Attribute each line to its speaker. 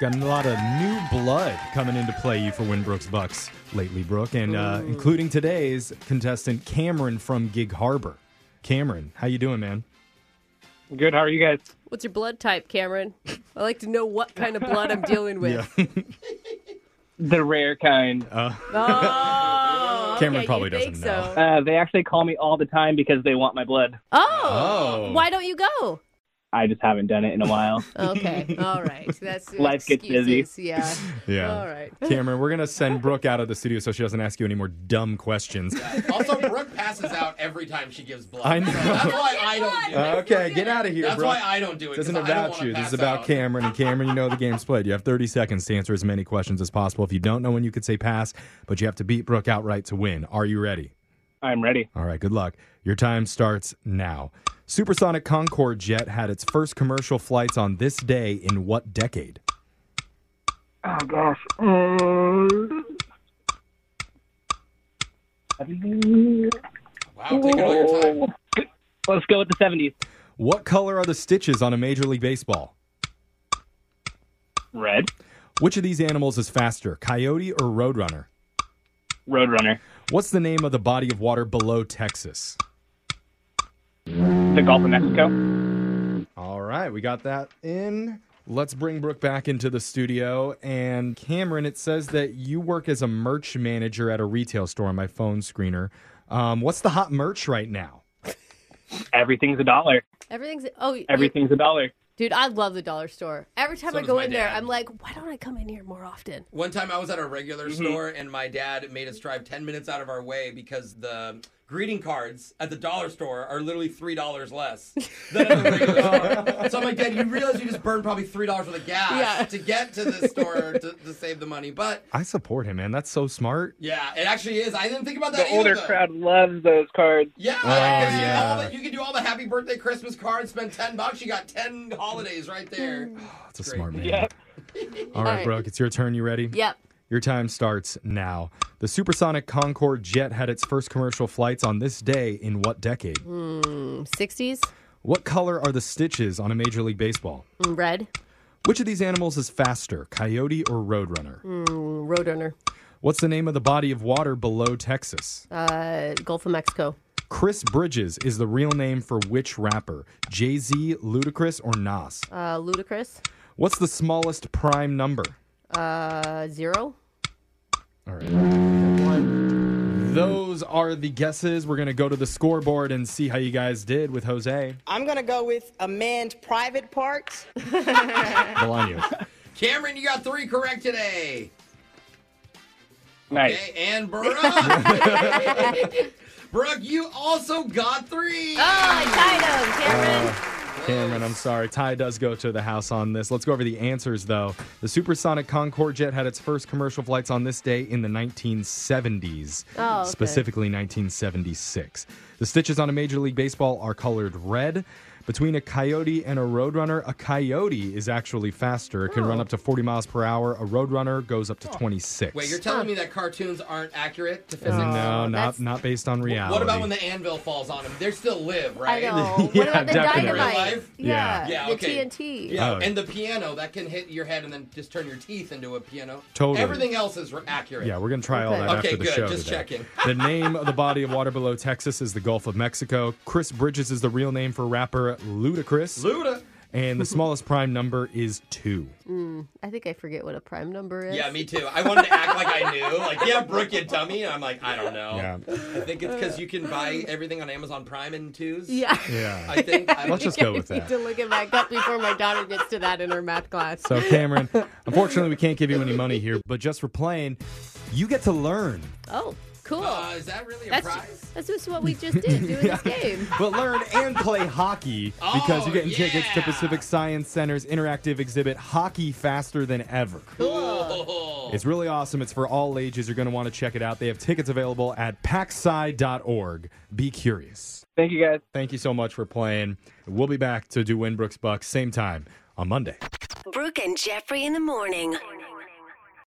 Speaker 1: Got a lot of new blood coming into play for Winbrook's Bucks lately, Brooke, and uh, including today's contestant Cameron from Gig Harbor. Cameron, how you doing, man?
Speaker 2: Good. How are you guys?
Speaker 3: What's your blood type, Cameron? I like to know what kind of blood I'm dealing with.
Speaker 2: The rare kind.
Speaker 3: Oh,
Speaker 1: Cameron
Speaker 3: okay, you
Speaker 1: probably
Speaker 3: think
Speaker 1: doesn't know.
Speaker 3: So.
Speaker 2: Uh, they actually call me all the time because they want my blood.
Speaker 3: Oh,
Speaker 1: Oh.
Speaker 3: why don't you go?
Speaker 2: I just haven't done it in a while.
Speaker 3: Okay, all right. That's
Speaker 2: Life gets busy.
Speaker 3: excuses, Yeah.
Speaker 1: Yeah.
Speaker 3: All right.
Speaker 1: Cameron, we're gonna send Brooke out of the studio so she doesn't ask you any more dumb questions.
Speaker 4: Also, Brooke passes out every time she gives blood.
Speaker 1: I know.
Speaker 4: So that's why I don't do it.
Speaker 1: okay, get out of here,
Speaker 4: That's
Speaker 1: Brooke.
Speaker 4: why I don't do it.
Speaker 1: This isn't
Speaker 4: 'cause I don't
Speaker 1: about
Speaker 4: wanna
Speaker 1: you. This
Speaker 4: pass
Speaker 1: is about
Speaker 4: out.
Speaker 1: Cameron. And Cameron, you know the game's played. You have 30 seconds to answer as many questions as possible. If you don't know one, you could say pass, but you have to beat Brooke outright to win. Are you ready?
Speaker 2: I'm ready.
Speaker 1: All right, good luck. Your time starts now. Supersonic Concorde jet had its first commercial flights on this day in what decade?
Speaker 2: Oh gosh. Mm.
Speaker 4: Wow, taking all your time.
Speaker 2: Oh. Let's go with the 70s.
Speaker 1: What color are the stitches on a Major League Baseball?
Speaker 2: Red.
Speaker 1: Which of these animals is faster, coyote or roadrunner?
Speaker 2: Roadrunner.
Speaker 1: What's the name of the body of water below Texas?
Speaker 2: The Gulf of Mexico.
Speaker 1: All right, we got that in. Let's bring Brooke back into the studio. And Cameron, it says that you work as a merch manager at a retail store on my phone screener. Um, what's the hot merch right now?
Speaker 2: Everything's a dollar.
Speaker 3: Everything's oh you-
Speaker 2: Everything's a dollar.
Speaker 3: dude. I love the dollar store. Every time
Speaker 4: So
Speaker 3: I
Speaker 4: does
Speaker 3: go
Speaker 4: my
Speaker 3: in there,
Speaker 4: dad.
Speaker 3: I'm like, why don't I come in here more often?
Speaker 4: One time I was at a regular
Speaker 2: Mm-hmm.
Speaker 4: store and my dad made us drive 10 minutes out of our way because the greeting cards at the dollar store are literally $3 less than at the regular store. So I'm like, Dad, you realize you just burned probably $3 worth of gas
Speaker 3: Yeah.
Speaker 4: to get to this store to, to save the money. But
Speaker 1: I support him, man. That's so smart.
Speaker 4: yeah, it actually is. I didn't think about that
Speaker 2: The
Speaker 4: either,
Speaker 2: older
Speaker 4: though.
Speaker 2: crowd loves those cards.
Speaker 4: Yeah,
Speaker 1: Oh,
Speaker 4: like, you
Speaker 1: yeah.
Speaker 4: all the- you can do all the happy birthday Christmas cards, spend 10 bucks, you got 10 holidays right there.
Speaker 3: Hmm.
Speaker 1: That's a
Speaker 4: Great.
Speaker 1: smart man.
Speaker 2: Yeah.
Speaker 1: All right,
Speaker 3: right.
Speaker 1: Brooke, it's your turn. You ready?
Speaker 3: Yep.
Speaker 1: Your time starts now. The supersonic Concorde jet had its first commercial flights on this day in what decade?
Speaker 3: Sixties.
Speaker 1: What color are the stitches on a Major League Baseball?
Speaker 3: mm, Red.
Speaker 1: Which of these animals is faster, coyote or roadrunner?
Speaker 3: mm, Roadrunner.
Speaker 1: What's the name of the body of water below Texas?
Speaker 3: Uh, Gulf of Mexico.
Speaker 1: Chris Bridges is the real name for which rapper? Jay Z, Ludacris, or Nas?
Speaker 3: Uh, Ludicrous.
Speaker 1: What's the smallest prime number?
Speaker 3: Uh, zero.
Speaker 1: All right. Those are the guesses. We're going to go to the scoreboard and see how you guys did with Jose.
Speaker 5: I'm gonna go with amend private parts.
Speaker 1: Well, on you.
Speaker 4: Cameron, you got three correct today.
Speaker 2: Nice.
Speaker 4: Okay, and Brooke. Brooke, you also got three.
Speaker 3: Oh, I tied him, Cameron.
Speaker 1: Cameron, I'm sorry. Ty does go to the house on this. Let's go over the answers, though. The supersonic Concorde jet had its first commercial flights on this day in the 1970s,
Speaker 3: Oh, okay.
Speaker 1: specifically 1976. The stitches on a Major League Baseball are colored red. Between a coyote and a roadrunner, a coyote is actually faster. It can
Speaker 3: Oh.
Speaker 1: run up to 40 miles per hour. A roadrunner goes up to 26.
Speaker 4: Wait, you're telling me that cartoons aren't accurate to physics?
Speaker 1: no, not
Speaker 3: Oh, that's-
Speaker 1: not based on reality. Oh.
Speaker 4: What about when the anvil falls on them? They still live,
Speaker 3: I
Speaker 4: right?
Speaker 3: know.
Speaker 1: Yeah,
Speaker 3: what about the
Speaker 1: definitely.
Speaker 4: Real
Speaker 3: dynamite?
Speaker 4: life?
Speaker 1: Yeah.
Speaker 3: Yeah.
Speaker 4: Yeah,
Speaker 3: The
Speaker 4: okay.
Speaker 3: TNT.
Speaker 4: Yeah,
Speaker 1: Oh.
Speaker 4: and the piano that can hit your head and then just turn your teeth into a piano.
Speaker 1: Totally.
Speaker 4: Everything else is r- accurate.
Speaker 1: Yeah, we're going to try all
Speaker 3: Okay.
Speaker 1: that
Speaker 4: Okay,
Speaker 1: after the
Speaker 4: good.
Speaker 1: show.
Speaker 4: Just
Speaker 1: today.
Speaker 4: checking.
Speaker 1: the name of the body of water below Texas is the Gulf of Mexico. Chris Bridges is the real name for rapper Ludacris.
Speaker 4: Luda.
Speaker 1: and the smallest prime number is two.
Speaker 3: I think I forget what a prime number is.
Speaker 4: Yeah, me too. I wanted to act like I knew. Like, yeah, Brooke, you dummy. And I'm like, I don't know.
Speaker 1: Yeah.
Speaker 4: I think it's because you can buy everything on Amazon Prime in twos.
Speaker 3: Uh. Yeah.
Speaker 1: Yeah.
Speaker 4: I think. I,
Speaker 1: Let's just go with
Speaker 3: I need
Speaker 1: that.
Speaker 3: to look it back up before my daughter gets to that in her math class.
Speaker 1: So, Cameron, unfortunately, we can't give you any money here, but just for playing, you get to learn.
Speaker 3: oh, cool.
Speaker 4: uh, is that really a
Speaker 3: that's
Speaker 4: prize?
Speaker 3: that's just what we just did doing this game.
Speaker 1: But learn and play hockey because
Speaker 4: Oh,
Speaker 1: you're getting tickets to
Speaker 4: yeah.
Speaker 1: Pacific Science Center's interactive exhibit, Hockey Faster Than Ever.
Speaker 4: Cool.
Speaker 1: It's really awesome. It's for all ages. You're going to want to check it out. They have tickets available at packsci.org. Be curious.
Speaker 2: Thank you guys.
Speaker 1: Thank you so much for playing. We'll be back to do Winbrook's Bucks same time on Monday.
Speaker 6: Brooke and Jeffrey in the morning.